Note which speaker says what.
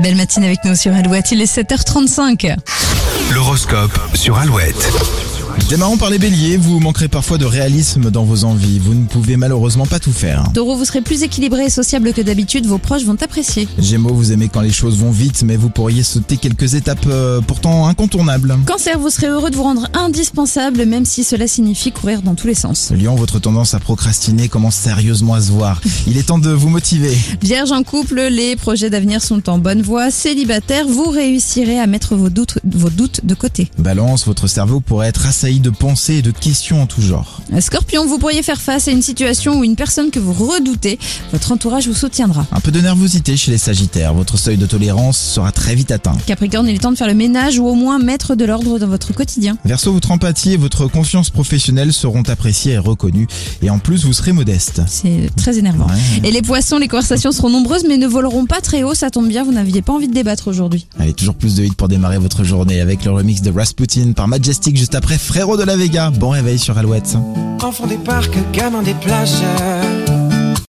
Speaker 1: belle matinée avec nous sur Alouette. Il est 7h35.
Speaker 2: L'horoscope sur Alouette.
Speaker 3: Démarrons par les béliers, vous manquerez parfois de réalisme dans vos envies, vous ne pouvez malheureusement pas tout faire.
Speaker 1: Taureau, vous serez plus équilibré et sociable que d'habitude. Vos proches vont apprécier.
Speaker 3: Gémeaux, vous aimez quand les choses vont vite, mais vous pourriez sauter quelques étapes euh, pourtant incontournables.
Speaker 1: Cancer, vous serez heureux de vous rendre indispensable, même si cela signifie courir dans tous les sens.
Speaker 3: Lion, votre tendance à procrastiner commence sérieusement à se voir. Il est temps de vous motiver.
Speaker 1: Vierge en couple, les projets d'avenir sont en bonne voie. Célibataire, vous réussirez à mettre vos doutes, vos doutes de côté.
Speaker 3: Balance, votre cerveau pourrait être assailli de pensées et de questions en tout genre.
Speaker 1: Scorpion, vous pourriez faire face à une situation ou une personne que vous redoutez. Votre entourage vous soutiendra.
Speaker 3: Un peu de nervosité chez les sagittaires, votre seuil de tolérance sera très vite atteint.
Speaker 1: Capricorne, il est temps de faire le ménage ou au moins mettre de l'ordre dans votre quotidien.
Speaker 3: Verseau, votre empathie et votre confiance professionnelle seront appréciées et reconnues, et en plus vous serez modeste.
Speaker 1: C'est très énervant.
Speaker 3: Ouais, ouais.
Speaker 1: Et les poissons, les conversations seront nombreuses mais ne voleront pas très haut, ça tombe bien, vous n'aviez pas envie de débattre aujourd'hui.
Speaker 3: Allez, toujours plus de hits pour démarrer votre journée avec le remix de Rasputin par Majestic juste après Frérot de la Vega. Bon réveil sur Alouette.
Speaker 4: Enfant des parcs, gamin des plages.